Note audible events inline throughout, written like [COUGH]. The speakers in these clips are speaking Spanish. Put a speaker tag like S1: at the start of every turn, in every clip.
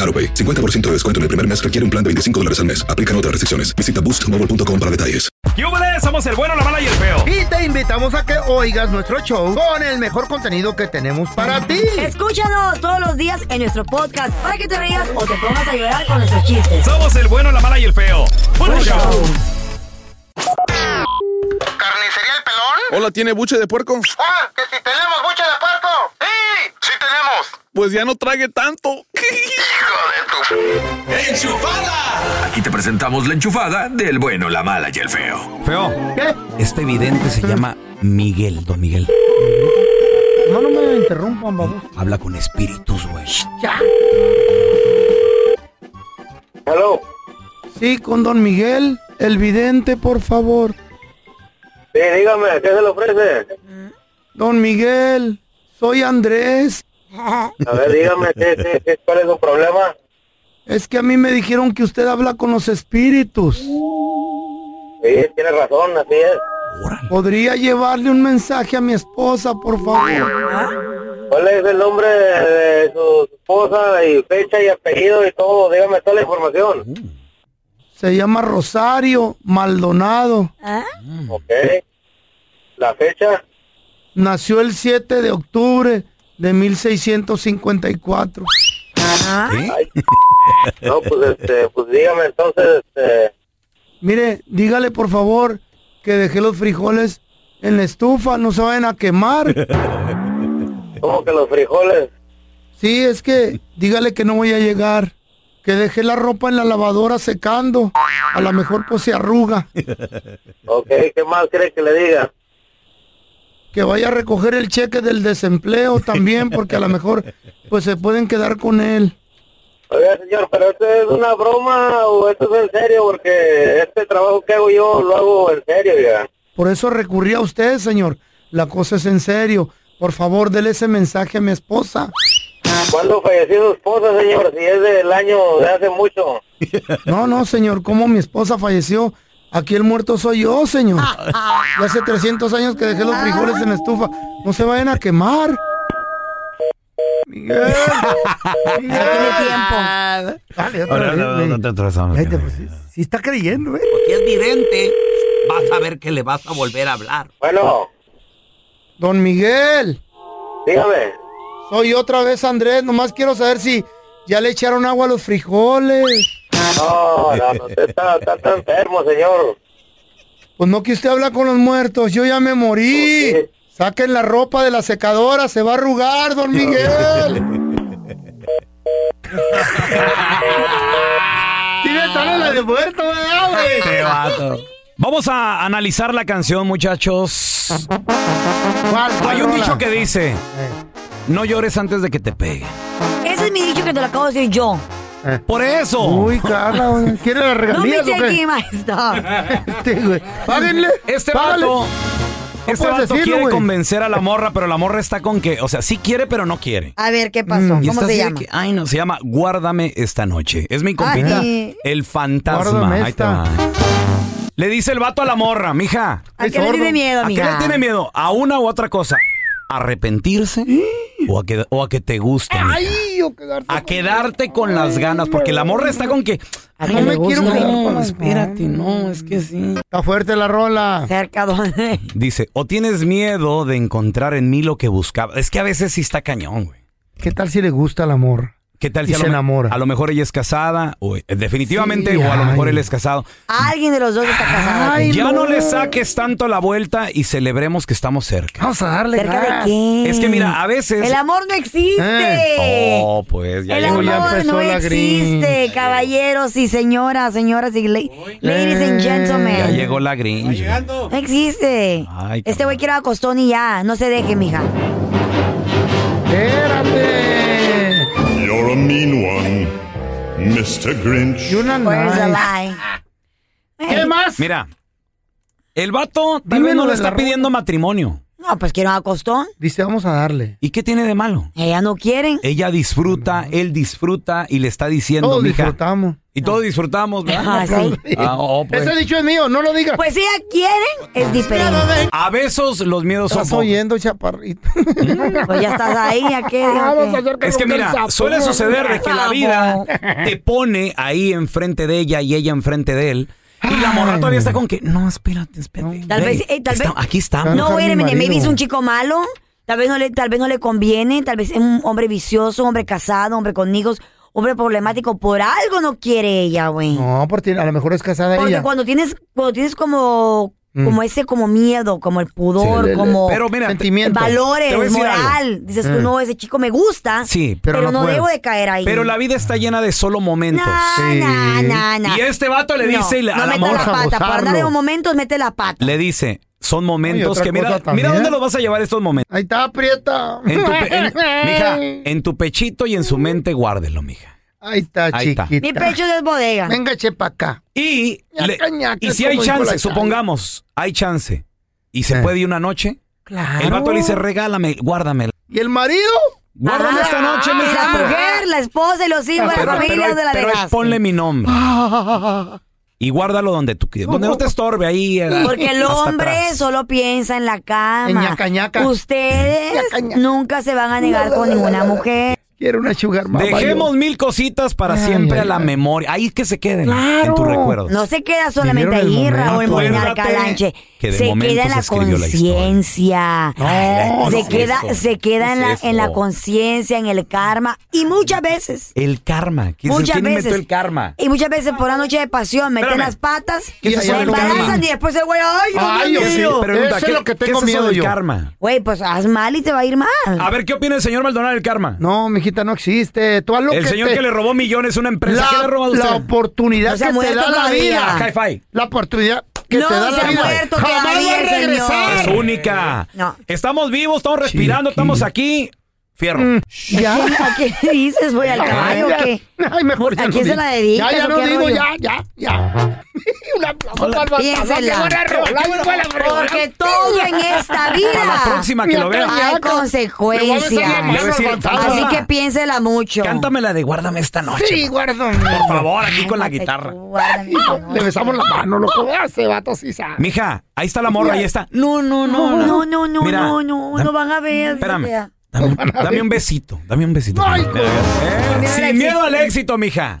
S1: AroPay. 50% de descuento en el primer mes requiere un plan de 25 dólares al mes. Aplican otras restricciones. Visita boostmobile.com para detalles.
S2: ¡Yúbales! Somos el bueno, la mala y el feo.
S3: Y te invitamos a que oigas nuestro show con el mejor contenido que tenemos para ti.
S4: Escúchanos todos los días en nuestro podcast para que te rías o te pongas a llorar con nuestros chistes.
S2: Somos el bueno, la mala y el feo. ¡Puro show!
S5: ¿Carnicería el pelón?
S6: Hola, ¿tiene buche de puerco?
S5: ¡Ah! ¡Que si tenemos buche de puerco! ¡Sí! ¡Sí tenemos!
S6: Pues ya no trague tanto.
S5: ¡Hijo de tu...
S2: ¡Enchufada!
S7: Aquí te presentamos la enchufada del bueno, la mala y el feo.
S2: Feo.
S3: ¿Qué?
S8: Este vidente se llama Miguel, don Miguel.
S3: No, no me interrumpan, vamos.
S8: Habla con espíritus, güey.
S3: Ya.
S9: Hello.
S3: Sí, con don Miguel, el vidente, por favor.
S9: Sí, dígame, ¿qué se le ofrece?
S3: Don Miguel, soy Andrés.
S9: A ver, dígame, ¿qué, qué- qué- cuál es su problema?
S3: Es que a mí me dijeron que usted habla con los espíritus.
S9: Sí, tiene razón, así es.
S8: Órale.
S3: ¿Podría llevarle un mensaje a mi esposa, por favor?
S9: ¿Cuál es el nombre de su esposa y fecha y apellido y todo? Dígame toda la información.
S3: Se llama Rosario Maldonado.
S9: Ok. La fecha.
S3: Nació el 7 de octubre de 1654.
S9: No, pues, este, pues dígame entonces, este,
S3: Mire, dígale por favor que dejé los frijoles en la estufa, no se vayan a quemar.
S9: ¿cómo que los frijoles?
S3: Sí, es que dígale que no voy a llegar. Que dejé la ropa en la lavadora secando. A lo mejor pues se arruga.
S9: Ok, ¿qué más cree que le diga?
S3: Que vaya a recoger el cheque del desempleo también, porque a lo mejor pues se pueden quedar con él.
S9: Oiga, señor, pero esto es una broma o esto es en serio, porque este trabajo que hago yo lo hago en serio, ya.
S3: Por eso recurrí a usted, señor. La cosa es en serio. Por favor, dele ese mensaje a mi esposa.
S9: ¿Cuándo falleció su esposa, señor? Si es del año de hace mucho.
S3: No, no, señor, ¿cómo mi esposa falleció? Aquí el muerto soy yo, señor. Ya hace 300 años que dejé los frijoles en la estufa. No se vayan a quemar. Miguel.
S4: No tiene
S8: Ah,
S4: tiempo.
S3: Dale, otra vez, güey. Ay, te- pues, sí- sí está creyendo, ¿eh?
S8: Porque es vidente, vas a ver que le vas a volver a hablar.
S9: Bueno,
S3: Don Miguel,
S9: dígame.
S3: soy otra vez Andrés. Nomás quiero saber si ya le echaron agua a los frijoles.
S9: No, no, no, usted está, está, está enfermo, señor.
S3: Pues no que usted habla con los muertos. Yo ya me morí.
S9: Ok.
S3: Saquen la ropa de la secadora. Se va a arrugar, don Miguel. Tiene toda la de muerto, ¿verdad, güey?
S2: Vamos a analizar la canción, muchachos.
S3: ¿Cuál, cuál
S2: Hay un
S3: rola?
S2: dicho que dice:
S3: Eh,
S2: No llores antes de que te pegue.
S4: Ese es mi dicho que te lo acabo de decir yo.
S2: Por eso.
S3: Uy, Carla, güey. ¿quiere las
S4: No me
S3: regalías o
S4: cheque
S3: qué?
S4: my stuff.
S3: Este, güey. Páguenle.
S2: Este
S3: págale.
S2: vato Este
S3: puedes
S2: vato
S3: decirlo,
S2: quiere
S3: güey.
S2: convencer a la morra, pero la morra está con que, o sea, sí quiere, pero no quiere.
S4: A ver, ¿qué pasó?
S2: Mm. Y
S4: ¿Cómo
S2: está así
S4: se
S2: de
S4: llama?
S2: que, ay, no, se llama Guárdame esta noche. Es mi compita,
S4: Ay.
S2: el fantasma.
S4: Guárdame
S2: Ahí te va. Le dice el vato a la morra, mija.
S4: ¿A qué le sordo. tiene miedo,
S2: ¿A qué
S4: mija?
S2: le tiene miedo? ¿A una u otra cosa? ¿A ¿Arrepentirse? ¿O a que, o a que te guste? mija?
S3: Ay, yo quedarte.
S2: A quedarte con las ganas, porque la morra está con que... Ay,
S3: no
S2: no
S3: me quiero quedar con
S2: No,
S3: las
S2: espérate, no, es que sí.
S3: Está fuerte la rola.
S4: Cerca donde.
S2: Dice, o tienes miedo de encontrar en mí lo que buscaba. Es que a veces sí está cañón, güey.
S3: ¿Qué tal si le gusta el amor?
S2: ¿Qué tal si
S3: Y
S2: a
S3: se
S2: lo, me-
S3: enamora.
S2: a lo mejor ella es casada? O, eh, definitivamente,
S3: Sí,
S2: o a lo mejor
S3: ay.
S2: él es casado.
S4: Alguien de los dos está casado.
S2: ya no. le saques tanto la vuelta y celebremos que estamos cerca.
S3: Vamos a darle
S4: ¿Cerca
S3: gas.
S4: de qué?
S2: Es que mira, a veces...
S4: El amor no existe.
S2: Oh, pues ya
S4: el
S2: llegó
S4: amor
S2: ya.
S4: no
S3: la
S2: Eh.
S4: existe, caballeros y señoras, señoras y la- ladies and gentlemen.
S2: Eh. Ya llegó la Grinch.
S4: No existe.
S2: Ay,
S4: este güey quiere a Costón y ya, no se deje, mija.
S3: Espérate.
S10: You're a mean one, Mr. Grinch.
S3: You're not
S4: Where's the
S3: nice.
S4: lie?
S3: ¿Qué más?
S2: Mira, el vato tal vez
S3: Dímelo
S2: no le
S3: de la
S2: está
S3: ropa.
S2: pidiendo matrimonio.
S4: No, pues quiero a Costón.
S3: Dice, vamos a darle.
S2: ¿Y qué tiene de malo?
S4: Ella no quieren.
S2: Ella disfruta, él disfruta y le está diciendo,
S3: Mm. Todos
S2: mija.
S3: disfrutamos.
S2: Y todos disfrutamos, ¿verdad? [LAUGHS]
S4: Ah, sí.
S2: Ah, oh, pues.
S3: Ese dicho es mío, no lo digas.
S4: Pues si ella quieren, es diferente.
S2: A besos los miedos son
S3: Estás
S2: pocos.
S3: oyendo, Ah, chaparrito.
S4: Pues ya estás ahí, ya qué.
S2: Ah,
S4: Ya qué.
S2: Es que mira, suele suceder de que la vida te pone ahí enfrente de ella y ella enfrente de él. Y la morra todavía está con que, no, espérate, espérate.
S4: Tal
S2: Ey,
S4: vez, eh, tal
S2: está-
S4: vez-
S2: Aquí estamos.
S4: No,
S3: dejar
S4: wait a
S3: mi
S4: minute, maybe
S3: marido.
S4: es un chico malo, tal vez no le, tal vez no le conviene, tal vez es un hombre vicioso, hombre casado, hombre con hijos, hombre problemático, por algo no quiere ella, güey.
S3: No, porque a lo mejor es casada
S4: Porque
S3: ella.
S4: cuando tienes, cuando tienes como, como ese como miedo, como el
S3: Sí,
S4: pudor,
S3: le- le-
S4: como
S2: Mm. Pero mira, te-
S3: Sentimiento.
S2: te voy a
S4: valores,
S2: decir algo.
S4: moral. Dices tú,
S3: Mm.
S4: no, ese chico me gusta,
S2: Sí,
S3: pero
S4: pero,
S3: no
S4: no,
S3: puedo.
S4: debo de caer ahí.
S2: pero la vida está llena de solo momentos.
S4: Na,
S3: Sí.
S4: na, na, na.
S2: Y este vato le
S4: No,
S2: dice y la-
S4: no
S2: a la
S4: meta
S2: morra.
S4: la pata, por andar de
S3: Gozarlo.
S4: un momento mete la pata.
S2: Le dice, son momentos
S3: otra
S2: que
S3: cosa
S2: mira,
S3: también.
S2: mira dónde los vas a llevar estos momentos.
S3: Ahí está, aprieta.
S2: En
S3: [LAUGHS]
S2: tu, pe- en- mija, en tu pechito y en su mente guárdelo, mija.
S3: Ahí está,
S2: Ahí está.
S3: chiquita.
S4: Mi pecho es bodega.
S3: Venga, che, pa' acá.
S2: Y, le-
S3: Ñaca, ñaca,
S2: y si hay
S3: como dijo la
S2: chance,
S3: Chayo.
S2: supongamos, hay chance, y se
S3: Eh. Ah,
S2: puede ir una noche,
S3: Claro.
S2: el vato le dice, regálame, guárdamela.
S3: ¿Y el marido?
S2: Guárdame
S4: Ajá.
S2: esta
S3: Ah,
S2: noche,
S4: Y
S2: mija.
S4: la
S2: pero-
S4: mujer, la esposa y los hijos, la familia,
S2: ahí-
S4: donde la
S2: pero ahí
S4: dejaste.
S2: ponle
S3: [LAUGHS]
S2: mi nombre y guárdalo donde tú quieras, donde no te estorbe ahí. eh,
S4: Porque el
S2: hasta
S4: hombre
S2: atrás.
S4: solo piensa en la cama.
S3: En ñaca, ñaca.
S4: Ustedes
S3: Ñaca, ñaca.
S4: nunca se van a negar con ninguna mujer.
S3: Quiero una sugar mama.
S2: Dejemos mil cositas para siempre a la memoria. Ahí que se queden en tus recuerdos.
S4: No se queda solamente
S3: Vinieron en
S4: ahí,
S3: el
S4: Raúl
S2: momento.
S4: Molinar
S2: Acuérdate
S4: Calanche.
S2: que de
S4: se
S2: momentos
S4: queda en la
S2: escribió la historia.
S4: conciencia.
S2: No,
S4: se
S2: no,
S4: queda,
S2: eso.
S4: se queda en
S2: ¿Qué
S4: la,
S2: es
S4: en la
S2: eso?
S4: conciencia, en el karma. Y muchas veces,
S2: El karma. ¿Quién,
S4: Muchas
S2: ¿quién inventó
S4: veces.
S2: el karma?
S4: y muchas veces por una noche de pasión, meten
S2: Espérame.
S4: las patas,
S2: ¿Qué es
S4: la
S2: eso del karma?
S4: embarazan y después el güey, ay, Dios
S3: Ay,
S4: mío".
S3: yo sí,
S2: Pero pregunta,
S3: Eso es
S2: ¿qué-
S3: lo que
S2: qué
S3: tengo
S2: es eso
S3: miedo
S2: del
S3: yo.
S2: karma?
S4: Güey, pues haz mal y te va a ir mal.
S2: A ver, ¿qué opina el señor Maldonado del karma?
S3: No, mijita, no existe. Tú haz lo
S2: el
S3: que
S2: señor
S3: te-
S2: que le robó millones a una empresa.
S3: la,
S2: ¿Qué le ha robado a
S3: la
S2: usted? Ah,
S3: oportunidad
S4: No se ha
S3: que te
S4: muerto
S3: da la
S4: todavía.
S3: vida.
S2: Hi-Fi.
S3: La oportunidad que
S4: No
S3: te da
S4: se
S3: la
S4: ha
S3: vida.
S4: muerto
S3: Jamás
S4: todavía,
S3: va a
S4: señor.
S3: regresar.
S2: Es única.
S4: No.
S2: Estamos vivos, estamos respirando, estamos aquí. Fierro.
S3: Mm, Ya.
S4: ¿A [LAUGHS] qué le dices? Voy al
S3: Ay,
S4: caballo o
S3: ya.
S4: qué?
S3: Ay, mejor
S4: ¿A
S3: ya no
S4: quién se
S3: digo.
S4: la dedicas
S3: Ya, ya
S4: o
S3: no
S4: qué
S3: digo,
S4: rollo?
S3: ya, ya, ya. [LAUGHS] Un aplauso para el Baltasar,
S4: Piénsela.
S3: qué buena rola, qué buena rola.
S4: Porque todo en esta
S2: A la
S4: vida
S2: próxima que lo vea.
S4: hay
S3: Le voy a besar la mano
S2: Le voy a
S4: consecuencias.
S2: decir,
S3: al Baltasar.
S4: Así que piénsela mucho.
S2: Cántame la de Guárdame esta noche.
S3: Sí, guardo.
S2: Por favor, aquí con la guitarra.
S3: Le besamos la mano, loco. Ese vato sí sabe.
S2: Mija, ahí está la morra, ahí está. No, no, no.
S4: No, no, no,
S2: Mira,
S4: no, no,
S2: dame-
S4: no van a ver.
S2: Espérame.
S4: fea.
S2: Dame, dame un besito, dame un besito.
S3: Ay,
S2: Mira,
S3: güey.
S2: eh,
S4: Miedo al
S2: sin
S4: éxito.
S2: miedo al éxito, mija.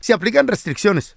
S3: se aplican restricciones.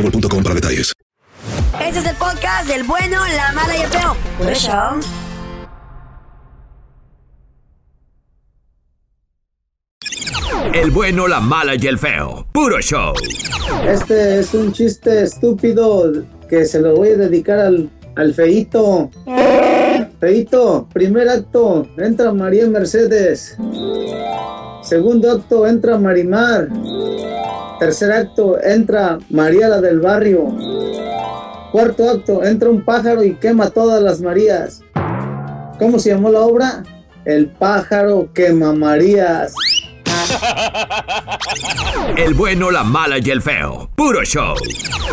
S11: para detalles.
S4: Este es el podcast del bueno, la mala y el feo. Por eso.
S7: El bueno, la mala y el feo. Puro show.
S12: Este es un chiste estúpido que se lo voy a dedicar al, al feito. Feito, primer acto, entra María Mercedes. Segundo acto, entra Marimar. Tercer acto, entra María la del barrio. Cuarto acto, entra un pájaro y quema todas las Marías. ¿Cómo se llamó la obra? El pájaro quema Marías.
S7: El bueno, la mala y el feo. Puro show.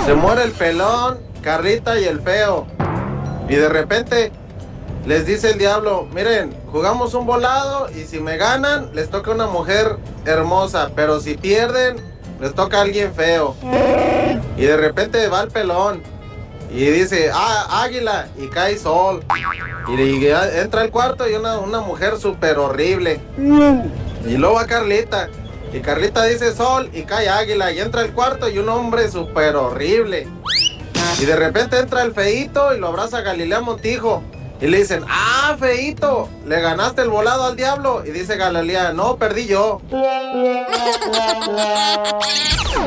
S5: Se muere el pelón, Carrita y el feo. Y de repente les dice el diablo, miren, jugamos un volado y si me ganan, les toca una mujer hermosa, pero si pierden, les toca alguien feo. Y de repente va el pelón y dice, ah, águila, y cae sol. Y, y ya entra al cuarto y una, una mujer súper horrible. Y luego va Carlita. Y Carlita dice sol y cae águila. Y entra al cuarto y un hombre súper horrible. Y de repente entra el feito y lo abraza Galilea Montijo. Y le dicen, ah, feito, le ganaste el volado al diablo. Y dice Galilea, no, perdí yo.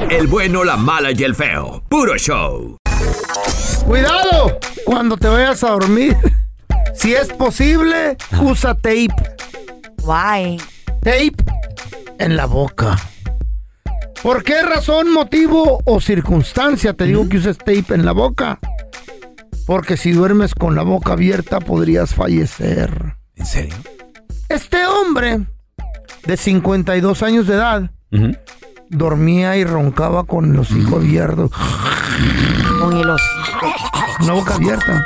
S7: El bueno, la mala y el feo. Puro show.
S3: ¡Cuidado! Cuando te vayas a dormir, si es posible, usa tape.
S4: Why?
S3: Tape en la boca. ¿Por qué razón, motivo o circunstancia te digo que uses tape en la boca? Porque si duermes con la boca abierta podrías fallecer.
S2: ¿En serio?
S3: Este hombre de 52 años de edad dormía y roncaba con los hijos abiertos.
S4: Con el os-
S3: Una boca abierta.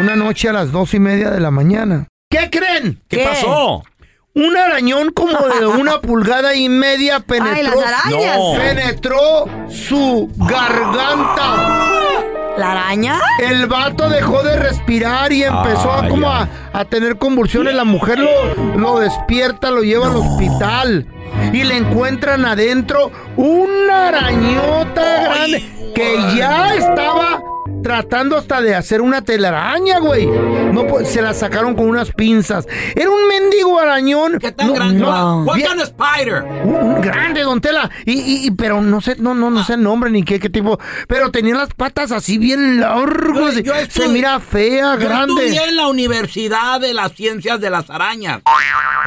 S3: Una noche a las dos y media de la mañana. ¿Qué creen?
S2: ¿Qué ¿Qué? pasó?
S3: Un arañón como de
S4: [LAUGHS]
S3: una pulgada y media penetró,
S4: las arañas! No.
S3: penetró su garganta.
S4: ¿La araña?
S3: El vato dejó de respirar y empezó a
S2: Ah,
S3: como a, a tener convulsiones. La mujer lo, lo despierta, lo lleva al hospital y le encuentran adentro una arañota grande que ya estaba tratando hasta de hacer una telaraña, güey. No, po- se la sacaron con unas pinzas. Era un mendigo arañón. ¿Qué tan
S8: grande va? What kind of spider?
S3: un- un grande, don Tela. Y, y- y- pero no sé, no, no, no sé el nombre ni qué, qué tipo. Pero tenía las patas así bien largas.
S8: Yo- yo
S3: se
S8: estuve-
S3: mira fea,
S8: Yo
S3: grande.
S8: estudié en la Universidad de las Ciencias de las Arañas.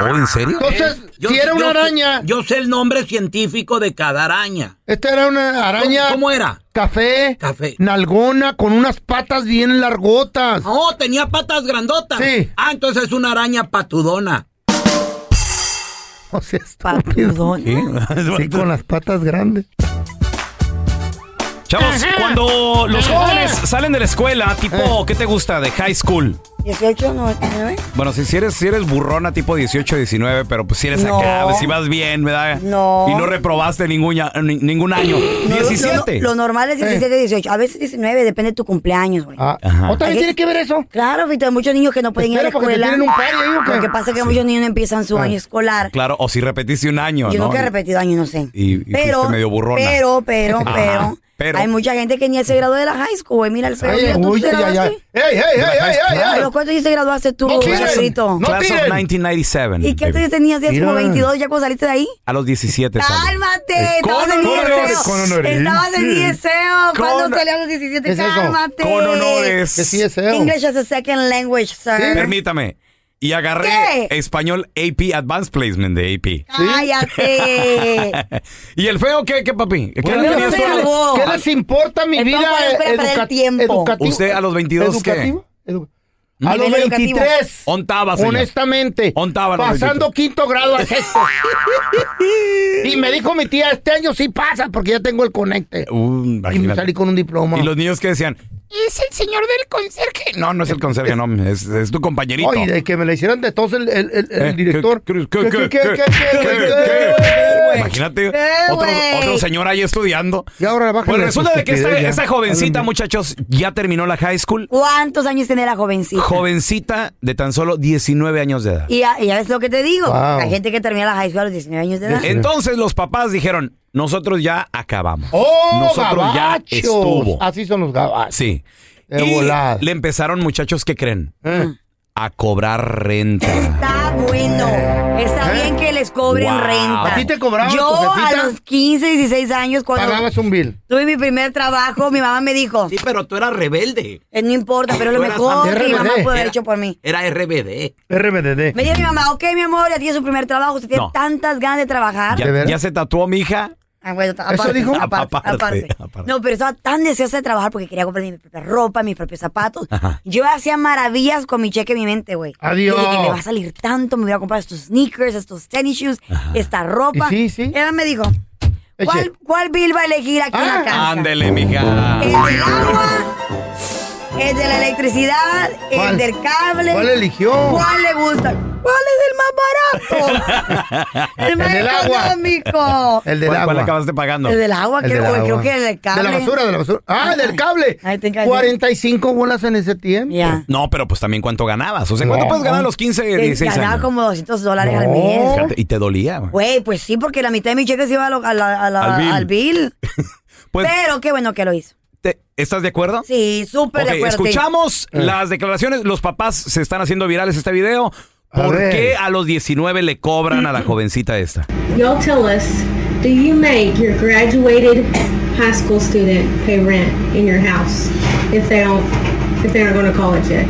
S2: ¿Oh, ¿En serio?
S3: Entonces,
S8: Eh, yo-
S3: si era una
S8: yo sé-
S3: araña.
S8: Yo sé el nombre científico de cada araña.
S3: Esta era una araña.
S8: ¿Cómo- cómo era?
S3: Café.
S8: Café.
S3: Nalgona, con unas patas bien largotas.
S8: No, Oh, tenía patas grandotas.
S3: Sí.
S8: Ah, entonces es una araña
S2: [LAUGHS]
S8: patudona.
S3: [LAUGHS] O sea, estúpido. Sí, con las patas grandes.
S2: Chavos, cuando los jóvenes salen de la escuela,
S4: Eh.
S2: tipo, ¿qué te gusta? De high school.
S4: 18, 99.
S2: Bueno, si, si eres, si eres burrona tipo 18, 19, pero pues si eres
S4: No.
S2: acá, pues, si vas bien, ¿verdad?
S4: No.
S2: Y no reprobaste ningún, ya- ni- ningún año.
S4: No, lo-
S2: 17.
S4: Lo, lo normal es 17, 18. A veces 19, depende de tu cumpleaños, güey.
S2: Ajá.
S3: Ah, ¿Otra vez tiene que ver eso?
S4: Claro, Víctor, hay muchos niños que no pueden ir a la
S3: Espera, porque
S4: escuela.
S3: tienen un par, yo digo que-
S4: Lo que pasa es que muchos niños no empiezan su año escolar.
S2: Ah. Claro, o si repetiste un año,
S4: Yo
S2: ¿no?
S4: nunca he repetido año, no sé.
S2: Y, y fuiste medio burrona.
S4: pero, pero,
S2: Ajá.
S4: pero,
S2: Pero.
S4: Hay mucha gente que ni se graduó de la high school, güey. Mira el feo.
S2: Ay,
S4: mira, ¿tú
S2: uy,
S4: te
S2: ay, ay,
S4: graduaste?
S2: ay. Ey, ey,
S4: De la
S2: ey,
S4: high
S2: ey,
S4: school,
S2: ey,
S4: ¿A
S2: ey.
S4: los cuántos años te graduaste tú, Rosarito?
S2: Class of 1997.
S4: ¿Y qué
S2: baby.
S4: te tenías? ¿Días como
S2: Yeah.
S4: 22 ya cuando saliste de ahí?
S2: A los 17. sale.
S4: ¡Cálmate!
S2: Con
S4: Estabas en
S2: honores,
S4: ISEO.
S2: con honores.
S4: Estabas en ISEO.
S2: Con-
S4: ¿Cuándo salí a los 17?
S2: ¿Qué es eso?
S4: ¡Cálmate!
S2: Con honores. Que sí, ISEO.
S4: English as a second language, sir.
S2: Permítame. Y agarré español AP Advanced Placement de AP.
S4: ¡Cállate!
S2: [LAUGHS] ¿Y el feo qué, qué papi?
S4: Pues,
S2: ¿Qué
S3: Bueno,
S2: le
S3: ¿qué
S2: tenías
S3: les-
S2: tú?
S3: ¿Qué les importa mi
S4: Entonces,
S3: vida
S4: ¿cuál es para perder
S3: educa-
S4: el tiempo?
S3: educativa?
S2: ¿Usted a los 22 qué?
S3: ¿Educativa? Edu- A los
S2: Nivel educativo.
S3: 23.
S2: Ontaba, señor.
S3: Honestamente.
S2: Ontaba, los
S3: Pasando quinto grado a sexto. y me dijo mi tía, este año sí pasa porque ya tengo el conecte.
S2: y
S3: me salí con un diploma.
S2: Y los niños que decían,
S3: Es el señor del conserje.
S2: no, no es el conserje, no, es, es tu compañerito.
S3: Ay, de que me le hicieran de tos el, el- el- el
S2: Eh,
S3: director.
S2: ¿qué-
S3: ¿Qué-
S2: qué- qué-
S3: qué- qué-
S2: qué-
S3: qué-
S2: qué-
S3: qué-
S2: qué-
S3: qué-
S2: Imagínate,
S3: qué,
S2: otro,
S3: güey?
S2: otro señor ahí estudiando.
S3: Y ahora
S2: Pues
S3: bájale
S2: resulta
S3: su
S2: de que esta,
S3: estupidez ya.
S2: esta jovencita, muchachos, ya terminó la high school.
S4: ¿Cuántos años tiene la jovencita?
S2: Jovencita de tan solo 19 años de edad.
S4: Y ya, y ya ves lo que te digo.
S2: Wow.
S4: La gente que termina la high school a los 19 años de edad.
S2: Entonces los papás dijeron, nosotros ya acabamos.
S3: ¡Oh,
S2: nosotros
S3: gabachos!
S2: ya estuvo.
S3: Así son los gabachos.
S2: Sí.
S3: De
S2: y
S3: volada.
S2: le empezaron, muchachos, ¿qué creen?
S4: Ah.
S3: Mm.
S2: A cobrar renta.
S4: Está bueno. Está bien que les cobren
S2: Eh. Wow.
S4: renta.
S2: ¿A ti
S3: te cobraban
S4: Yo
S3: tu
S4: a
S3: jefita?
S4: los 15, 16 años cuando
S3: Pagabas un bill.
S4: tuve mi primer trabajo, mi mamá me dijo,
S8: Sí, pero tú eras rebelde.
S4: "Eh, no importa, pero es lo
S8: Tú eras
S4: mejor que mi mamá
S8: RBD.
S4: puede haber
S8: Era-
S4: hecho por mí.
S8: Era RBD.
S3: RBDD.
S4: Me dijo mi mamá, ok, mi amor, ya tienes su primer trabajo, usted tiene
S2: No.
S4: tantas ganas de trabajar.
S2: Ya, ya se tatuó mi hija.
S4: Ah, bueno, aparte,
S2: dijo?
S4: Aparte,
S2: Aparte,
S4: aparte. No, pero estaba tan deseosa de trabajar porque quería comprar mi propia ropa, mis propios zapatos.
S2: Ajá.
S4: Yo hacía maravillas con mi cheque en mi mente, güey.
S3: Adiós.
S4: Yo dije, me va a salir tanto, me voy a comprar estos sneakers, estos tennis shoes, esta ropa.
S2: Y
S4: Ella me dijo, ¿cuál, cuál bill va a elegir aquí en
S2: Ah,
S4: la casa?
S2: Ándele, mija.
S4: El de la electricidad,
S2: ¿Cuál?
S4: el del cable.
S2: ¿Cuál eligió?
S4: ¿Cuál le gusta? ¿Cuál es el más barato?
S2: [LAUGHS]
S4: El más económico.
S3: El del
S2: ¿Cuál-
S3: agua.
S2: ¿Cuál acabaste pagando?
S4: El del agua, creo, güey, creo que el del cable.
S3: De la basura, de la basura. Ah, del cable.
S4: caí.
S3: 45 bolas en ese tiempo.
S2: No, pero pues también cuánto ganabas. O sea, ¿cuánto
S3: No.
S2: puedes ganar a los 15,
S4: Que
S2: 16
S4: Ganaba
S2: años?
S4: como 200 dólares al mes.
S2: Fíjate, Y te dolía, güey.
S4: Güey, pues sí, porque la mitad de mi cheque se iba a lo- a la- a la-
S2: Al bill.
S4: al bill.
S2: Pues-
S4: Pero qué bueno que lo hizo.
S2: Te- ¿Estás de acuerdo?
S4: Sí, súper de
S2: Ok,
S4: acuerdo.
S2: escuchamos las declaraciones. Los papás se están haciendo virales este video. ¿Por
S13: ver.
S2: qué a los 19 le cobran
S4: [LAUGHS]
S2: a la jovencita esta?
S13: Y'all tell us, do you make your graduated high school student pay rent in your house if they don't if they aren't going to college yet?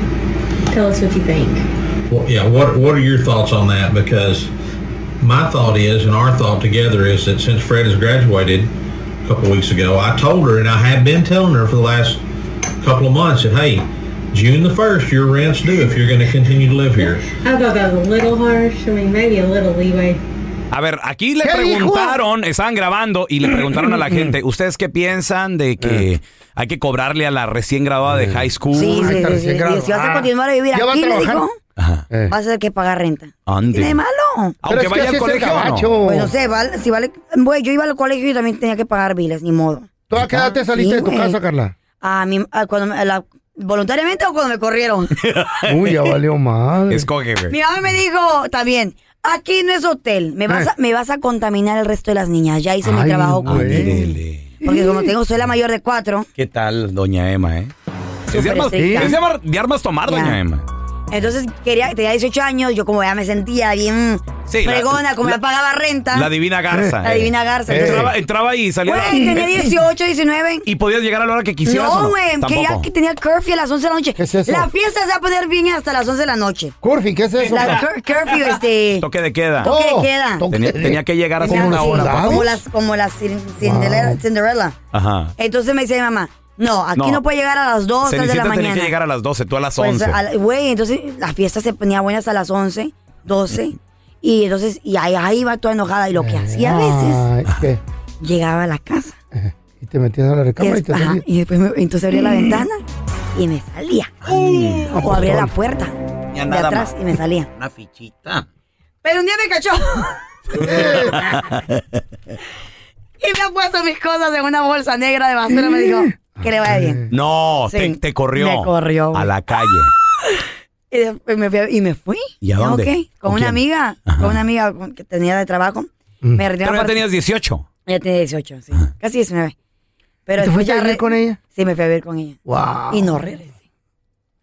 S13: Tell us what you think.
S14: Well, yeah, what, what are your thoughts on that? Because my thought is, and our thought together is that since Fred has graduated a couple weeks ago, I told her, and I have been telling her for the last couple of months, that hey, June the 1st, your rent's due if you're going to continue to live here.
S13: I thought that was a little harsh. I mean, maybe a little leeway.
S2: A ver, aquí le preguntaron, estaban grabando y le preguntaron a la [CLEARS THROAT] gente, ¿ustedes qué piensan de que hay que cobrarle a la recién graduada de high school?
S4: Sí, sí, sí, sí, y si vas a continuar a vivir
S3: Ah. ¿Ya va
S4: aquí,
S3: a
S4: le
S3: trabajar?
S4: dijo,
S2: Eh.
S4: vas a tener que pagar renta.
S2: Ande. Oh.
S4: ¿Tiene de malo?
S2: Aunque Pero es que vaya al así es el colegio, ¿no? gabacho.
S4: Pues no sé, vale- si vale... Güey, yo iba al colegio y también tenía que pagar biles, ni modo.
S3: ¿Tú a qué edad te saliste
S4: Sí,
S3: de tu
S4: güey.
S3: casa,
S2: [LAUGHS]
S3: Carla?
S4: A mí, a cuando me- a la- ¿Voluntariamente o cuando me corrieron?
S3: Uy, ya valió madre.
S2: Escoge,
S4: Mi mamá me dijo también, aquí no es hotel, me vas, a, me vas a contaminar el resto de las niñas. Ya hice mi trabajo
S2: Ah,
S4: contigo. Porque como tengo, soy la mayor de cuatro,
S2: ¿Qué tal, doña Emma, eh? Es de,
S4: Súper
S2: armas,
S4: estricta.
S2: es de amar- de armas tomar,
S4: Ya.
S2: doña Emma.
S4: entonces quería, tenía 18 años, yo como ya me sentía bien
S2: Sí, la-
S4: fregona, como
S2: la-
S4: ya pagaba renta.
S2: La divina garza.
S4: La
S2: eh.
S4: divina garza.
S2: Entraba, entraba y salía.
S4: Güey, tenía 18, 19.
S2: Y podías llegar a la hora que quisieras. o
S4: no, güey, que ya
S2: Tampoco.
S4: que tenía curfew a las 11 de la noche.
S2: eso?
S4: La fiesta se va a poner bien hasta las 11 de la noche.
S3: ¿Curfew? ¿Qué es eso? Oh,
S4: La cur- curfew, este...
S2: Toque de queda.
S4: Toque de queda. Toque
S2: Tenía,
S4: de-
S2: tenía que llegar a
S4: Tenía-
S2: una
S4: sí,
S2: hora. papá.
S4: Como las, como las cin- Cinderella, Cinderella.
S2: Ajá.
S4: Entonces me dice mi mamá, no, aquí
S2: No.
S4: no, puede llegar a las 2, 3 de la
S2: Cenicienta tenía
S4: mañana.
S2: que llegar a las 12, tú a las
S4: Pues,
S2: 11.
S4: a la- Güey, entonces la fiesta se ponía buena hasta las 11, 12. Y entonces, y ahí, ahí iba toda enojada. Y lo que hacía a
S2: Ah.
S4: veces,
S3: Ay, ¿qué?
S4: llegaba a la casa.
S3: Y te metías a la recámara y te Mm.
S4: Ajá,
S3: salías.
S4: y después me- entonces abría la ventana y me salía. o abría la puerta
S8: Ya
S4: de
S8: nada
S4: atrás
S8: más.
S4: y me salía.
S8: Una fichita.
S4: Pero un día me
S3: [LAUGHS]
S4: cachó. y me ha puesto mis cosas en una bolsa negra de basura. Me dijo, que le vaya bien.
S2: No,
S4: Sí,
S2: te, te corrió.
S4: me corrió, güey.
S2: A la calle.
S4: Y, después me fui, a- y me fui.
S2: ¿Y a dónde?
S4: Ok,
S2: ¿Con
S4: Con, una
S2: quién?
S4: amiga, con una amiga con-
S3: Mm.
S4: que tenía de trabajo. Me retiré
S2: Pero ya
S4: aparte-
S2: tenías 18.
S4: Ya tenía 18, sí. Casi 19. Pero
S3: ¿Y te
S4: después
S3: fuiste a
S4: ya
S3: vivir
S4: re-
S3: con ella? Ah.
S4: Sí, me fui a vivir con ella.
S3: Wow.
S4: Y no regresé.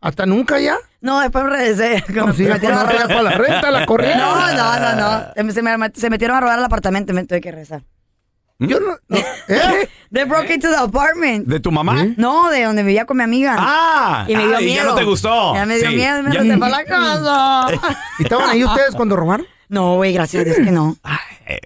S3: ¿Hasta nunca ya?
S4: No, después me regresé. [LAUGHS]
S3: No, sí,
S4: Me
S3: ya
S4: metieron
S3: cuando
S4: a
S3: arreglas para la renta, la corriente.
S4: [LAUGHS] No, no, no, no. Se me- Se me, se metieron a robar el apartamento y me tuve que regresar.
S3: [LAUGHS] Yo no. ¿eh?
S4: They broke into the apartment.
S2: ¿De tu mamá?
S4: No, de donde vivía con mi amiga.
S2: Ah,
S4: ¿Mm? y me dio
S2: ah, y
S4: miedo.
S2: ya no te gustó.
S4: Ya me dio
S2: Sí,
S4: miedo, me
S2: ya-
S4: regresé [LAUGHS] para la casa.
S3: ¿Y estaban ahí ustedes cuando robaron?
S4: No, güey, gracias a Dios que no.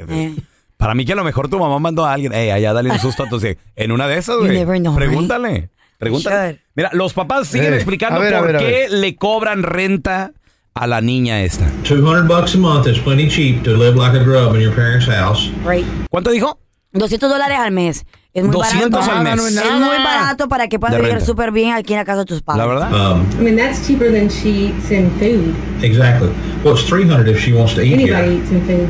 S2: Eh, Para mí que a lo mejor tu mamá mandó a alguien, hey, allá dale un susto a tus hijos". En una de esas,
S4: You
S2: güey.
S4: never know,
S2: Pregúntale. Pregúntale.
S4: Sure.
S2: Mira, los papás siguen
S14: Eh,
S2: explicando
S14: a ver, a
S2: por
S14: ver, a
S2: qué le cobran renta a la niña esta.
S14: 200 bucks a month is plenty cheap to live like a grub in your parents' house.
S4: Right.
S2: ¿Cuánto dijo?
S4: 200 dólares al mes. Es muy
S14: 200
S4: barato. Ah,
S14: al mes.
S4: Es muy barato para que puedas
S14: De
S4: vivir
S14: renta.
S4: súper bien aquí en la casa de tus padres.
S14: Um,
S13: I mean, that's cheaper than she eats in food.
S14: exactly. Well, it's 300 if she wants to eat
S13: Anybody
S14: here.
S13: eats in food.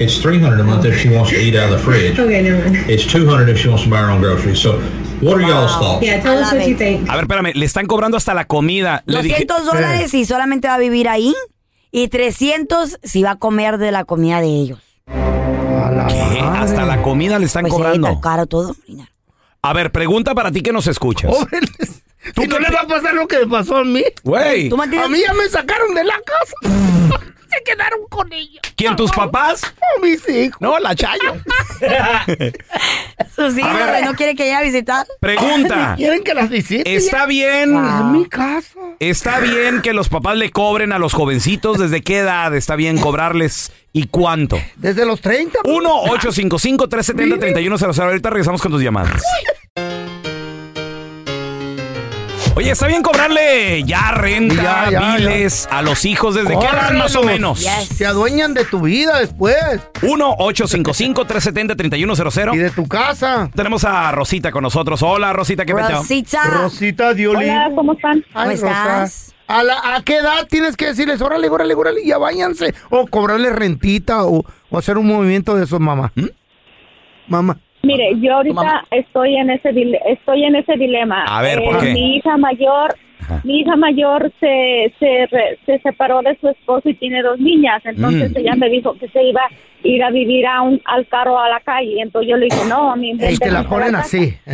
S14: It's 300 a month if she wants to eat out of the fridge.
S13: Okay, never mind.
S14: It's 200 if she wants to buy her own groceries. So, what are y'all's thoughts?
S13: Yeah, tell us what you think.
S2: A ver, espérame, le están cobrando hasta la comida. Le dije-
S4: 200 dólares y solamente va a vivir ahí. Y 300 si va a comer de la comida de ellos.
S2: ¿Qué? "Eh,
S3: [LAUGHS]
S2: Hasta la comida le están
S4: Pues sí,
S2: cobrando.
S4: está caro todo.
S2: A ver, pregunta para ti que nos escuchas.
S14: Oh,
S3: ¿Y no le va a pasar lo que me pasó a mí?
S2: Güey.
S3: A mí ya me sacaron de la casa. [LAUGHS] Se quedaron con ella.
S2: ¿Quién, tus papás?
S3: No, mis hijos.
S2: No, la Chayo.
S4: Sus hijos
S2: ver.
S4: güey, no quieren que ella a visitar. [LAUGHS]
S2: Pregunta.
S3: Ah. ¿Quieren que las visite?
S2: Está
S3: ya?
S2: bien.
S3: A mi casa.
S2: ¿Está bien que los papás le cobren a los jovencitos? ¿Desde qué edad está bien cobrarles? ¿Y cuánto?
S3: Desde los 30.
S2: 1-855-370-3100. Ahorita regresamos con tus llamadas. Oye, ¿está bien cobrarle ya renta,
S3: Ya, ya, ya.
S2: biles a los hijos? ¿Desde qué edad más o
S3: Cóbralos.
S2: menos?
S3: Se adueñan de tu vida después.
S2: 1-855-370-3100. Y
S3: de tu casa.
S2: Tenemos a Rosita con nosotros. Hola, Rosita, ¿qué peteo?
S3: Rosita Diolín.
S15: Ah. Hola, ¿cómo están?
S3: Ay,
S15: ¿Cómo
S3: Rosa.
S15: estás?
S3: ¿A, la- a qué edad tienes que decirles, órale, órale, órale, ya váyanse? O cobrarle rentita o, o hacer un movimiento de esos, mamá. ¿Mm? Mamá.
S15: Mire, yo ahorita estoy en ese dile- estoy en ese dilema.
S3: A ver, ¿por qué?
S15: Mi hija mayor, mi hija mayor se, se, re- se separó de su esposo y tiene dos niñas, entonces
S9: Mm.
S15: ella me dijo que se iba a ir a vivir a un, al carro a la calle, entonces yo le dije, "No, ni
S3: Y te la
S15: inventes,
S3: ponen
S15: casa".
S3: así. [LAUGHS]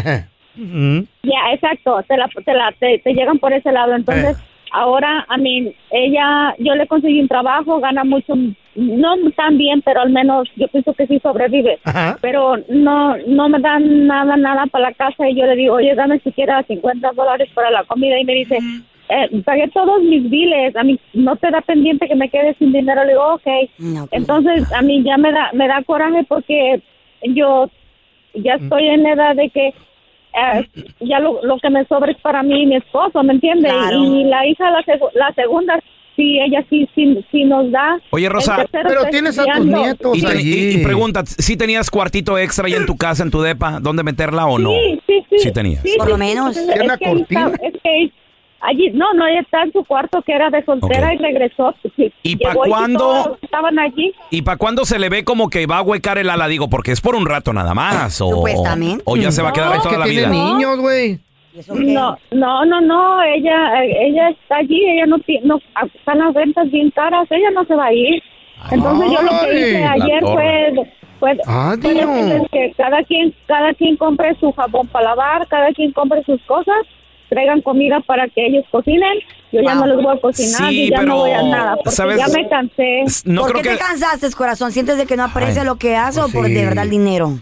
S3: Mm.
S15: Ya, exacto, te la, te, la te, te llegan por ese lado.
S3: Eh.
S15: Entonces, ahora, a mí, ella, yo le conseguí un trabajo, gana mucho, no tan bien, pero al menos yo pienso que sí sobrevive.
S9: Ajá.
S15: Pero no no me dan nada, nada para la casa y yo le digo, oye, dame siquiera 50 dólares para la comida y me dice, eh, pagué todos mis biles, a mí no te da pendiente que me quede sin dinero. Le digo, ok. Entonces, a mí ya me da, me da coraje porque yo ya
S2: Mm.
S15: estoy en la edad de que eh, ya lo, lo que me sobra es para mí y mi esposo, ¿me entiendes?
S2: Claro.
S15: Y la hija, la, segu- la segunda, sí, ella sí, sí, sí nos da.
S2: Oye, Rosa.
S15: El tercero está estudiando.
S2: Y, te-
S3: allí.
S2: y- y pregunta, si tenías cuartito extra ahí en tu casa, en tu depa, dónde meterla o no?
S15: Sí, sí, sí.
S2: Sí tenías.
S4: Por lo menos.
S15: Es,
S4: Era
S15: es que ahí
S2: cortina.
S15: está- es que ahí- allí, no, no, ella está en su cuarto que era de soltera y regresó.
S2: ¿Y pa'
S15: Llegó
S2: cuándo?
S15: todos los que Estaban allí.
S2: ¿Y para cuándo se le ve como que va a huecar el ala? Digo, porque es por un rato nada más. O,
S15: Supuestamente.
S2: o ya se va a quedar ahí
S3: No,
S2: toda
S3: es que
S2: la vida.
S3: tiene niños, güey.
S15: No, no, no, no, ella, eh, ella está allí, ella no tiene, no, ah, están las rentas bien caras, ella no se va a ir. Entonces yo lo que hice
S9: la
S15: ayer fue,
S9: torre.
S15: fue,
S9: Ah,
S15: fue
S9: Dios.
S15: decirles que cada quien, cada quien compre su jabón para lavar, cada quien compre sus cosas, traigan comida para que ellos cocinen, yo ya no les voy a cocinar,
S2: Sí,
S15: yo ya
S2: pero,
S15: no voy a nada, porque
S2: ¿sabes?
S15: ya me cansé.
S2: No
S4: ¿Por
S2: creo
S4: qué
S2: que-
S4: te cansaste, corazón? ¿Sientes de que no aprecia
S2: Ay,
S4: lo que haces
S2: pues
S4: o por
S2: sí.
S4: de verdad el dinero?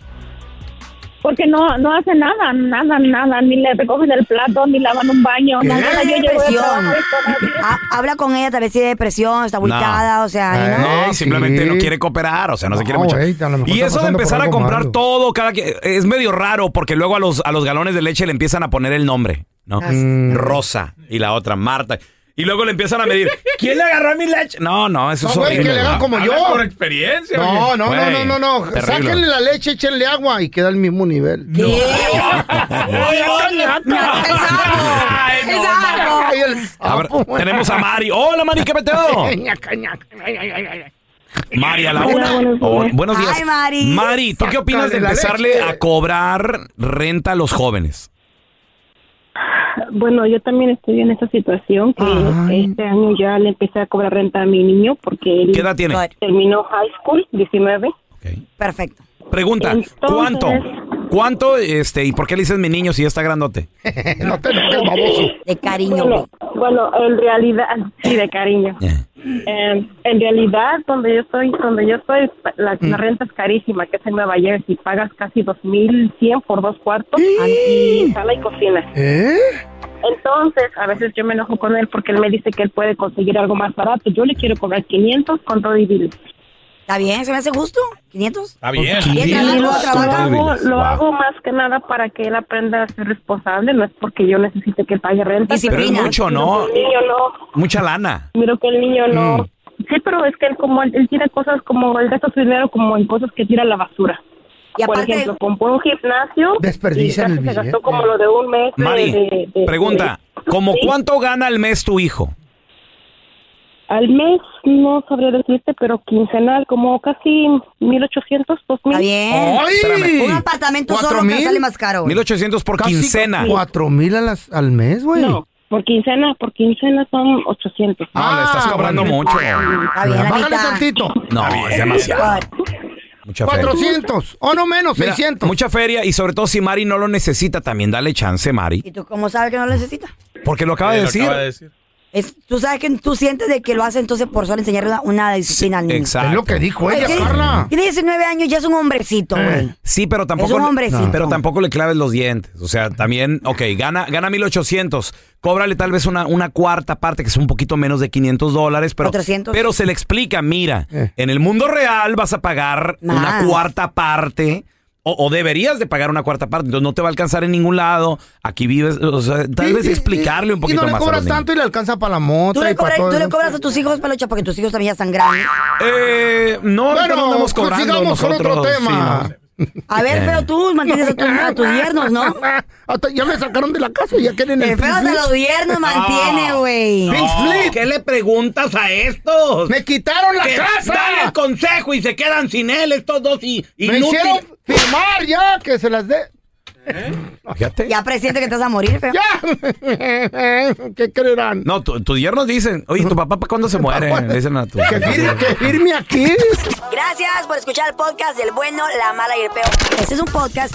S15: Porque no, no hace nada, nada, nada, ni le recogen el plato, ni lavan un baño,
S4: Tal
S15: nada, yo
S4: vez tiene
S15: llego de
S4: depresión.
S15: trabajar
S4: Ha- habla con ella, tal vez tiene depresión, está agüitada, o sea, ¿no?
S2: No, simplemente
S3: sí.
S2: no quiere cooperar, o sea, no,
S3: No,
S2: se quiere mucho.
S3: güey, a lo mejor
S2: Y
S3: está
S2: eso
S3: pasando
S2: de
S3: por
S2: empezar a
S3: algo
S2: comprar
S3: malo.
S2: todo cada que es medio raro porque luego a los a los galones de leche le empiezan a poner el nombre, ¿no?
S3: Ah, sí.
S2: Rosa y la otra Marta. Y luego le empiezan a medir, ¿quién le agarró a mi leche? No, no, eso
S3: No,
S2: es
S3: güey,
S2: horrible.
S3: que le hagan como
S2: Habla
S3: yo.
S2: por experiencia.
S3: No,
S2: oye.
S3: no,
S2: Güey,
S3: no, no, no, no.
S2: terrible. [LAUGHS]
S3: Sáquenle la leche, échenle agua y queda al mismo nivel. Ay, el
S2: A ver,
S3: sapo.
S2: tenemos a Mari. Hola, Mari, ¿qué
S3: [LAUGHS]
S2: peteo? Mari, a la
S9: Hola,
S2: una.
S9: buenos
S2: Oh,
S9: días.
S2: buenos días.
S9: Ay, Mari.
S2: ¿tú qué opinas de
S9: Sácale la
S2: empezarle
S9: leche.
S2: a cobrar renta a los jóvenes?
S9: Bueno, yo también estoy en esa situación que este año ya le empecé a cobrar renta a mi niño porque él
S2: ¿Qué edad tiene?
S9: terminó high school, 19.
S4: Perfecto.
S2: Pregunta,
S9: Entonces,
S2: ¿cuánto? ¿Cuánto este, y por qué le dices mi niño si ya está grandote?
S3: no te enojes, baboso.
S4: De cariño.
S9: Bueno, bueno, en realidad, [LAUGHS] sí, de cariño. Eh, en realidad, donde yo estoy, donde yo estoy, la,
S2: Mm.
S9: la renta es carísima, que es en Nueva Jersey. Pagas casi 2100 por dos
S2: [GASPS]
S9: cuartos y sala y cocina.
S3: ¿Eh?
S9: Entonces, a veces yo me enojo con él porque él me dice que él puede conseguir algo más barato. Yo le quiero cobrar 500 con todo y bill.
S4: ¿Está bien? ¿Se me hace justo? ¿500?
S2: Está bien.
S4: Sí,
S9: Y lo,
S4: trabajo,
S9: lo
S4: trabajo.
S9: hago, lo hago más que nada para que él aprenda a ser responsable, no es porque yo necesite que pague renta.
S2: Pero es mucho, ¿no?
S9: Miro que el niño no,
S2: Mucha lana.
S9: miro que el niño no.
S2: Mm.
S9: Sí, pero es que él como él, él tira cosas como él gasta su dinero como en cosas que tira a la basura.
S4: Y
S9: Por
S4: aparte-
S9: ejemplo, compró un gimnasio
S2: Desperdician
S9: y
S2: el
S9: casi se
S2: billete.
S9: gastó como lo de un mes. de- de-
S2: Mari,
S9: de-
S2: pregunta, ¿cómo cuánto gana al mes tu hijo?
S9: Al mes, no sabría decirte, pero quincenal, como casi 1800, 2000. Está
S4: bien.
S2: Ay, espérame.
S4: Un apartamento solo que sale más caro.
S2: 1800 por quincena.
S3: Cuatro mil a las- al mes, güey.
S9: No, por quincena, por quincena son 800.
S2: No, le estás cobrando mucho.
S3: Bájale tantito.
S2: No, es demasiado. Mucha feria.
S3: 400 o no menos,
S2: Mira,
S3: 600.
S2: Mucha feria y sobre todo si Mari no lo necesita, también dale chance, Mari.
S4: ¿Y tú cómo sabes que no lo necesita?
S2: Porque lo acaba de decir.
S4: Es, tú sabes que tú sientes de que lo hace entonces por solo enseñarle una, una disciplina al niño.
S2: exacto. Es lo que dijo ella,
S4: Ay, tiene-
S2: Carla. Eh.
S4: Tiene 19 años, ya es un hombrecito, güey.
S2: Sí, pero
S4: Es
S2: tampoco,
S4: un hombrecito.
S2: pero tampoco le claves los dientes. O sea, también, ok, gana, gana 1800. Cóbrale tal vez una, una cuarta parte, que es un poquito menos de 500 dólares. Pero,
S4: 400.
S2: pero se le explica, mira,
S3: Eh.
S2: en el mundo real vas a pagar
S4: Más.
S2: una cuarta parte. O, o deberías de pagar una cuarta parte, entonces no te va a alcanzar en ningún lado. Aquí vives, o sea, tal vez explicarle un
S3: Y
S2: poquito
S3: no le
S2: más. a los
S3: cobras
S2: niños.
S3: tanto y le alcanza para la
S4: Tú
S3: mota
S4: le,
S3: y para
S4: cobras,
S3: todo.
S4: tú le
S3: el-
S4: cobras a tus hijos, Pelucha, porque tus hijos también ya están grandes.
S2: Eh, no, ahorita
S4: Bueno,
S2: no andamos cobrando
S3: pues sigamos con otro
S2: nosotros,
S3: tema.
S2: sí, no.
S4: A ver, pero tú mantienes a, tus- a tus
S3: [LAUGHS]
S4: yernos, ¿no?
S3: Hasta ya me sacaron de la casa y ya quieren el
S4: El feo
S3: Pink
S4: de los
S3: Flip.
S4: yernos mantiene, güey.
S3: Pink Flip.
S8: ¿Qué le preguntas a estos?
S3: ¡Me quitaron la
S8: Que
S3: casa!
S8: Dale consejo y se quedan sin él estos dos y
S3: ¡Me hicieron
S8: inútiles.
S3: firmar ya que se las dé!
S2: Fíjate.
S4: Ya presiente que te vas a morir, feo.
S3: ¡Ya! [LAUGHS] ¿Qué creerán?
S2: No, tu- tus yernos dicen, oye, ¿tu papá para
S3: [LAUGHS]
S2: cuándo se muere? Le dicen a tu
S3: Que firme, que firme aquí.
S4: Gracias por escuchar el podcast del bueno, la mala y el peor. Este es un podcast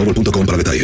S11: para detalles.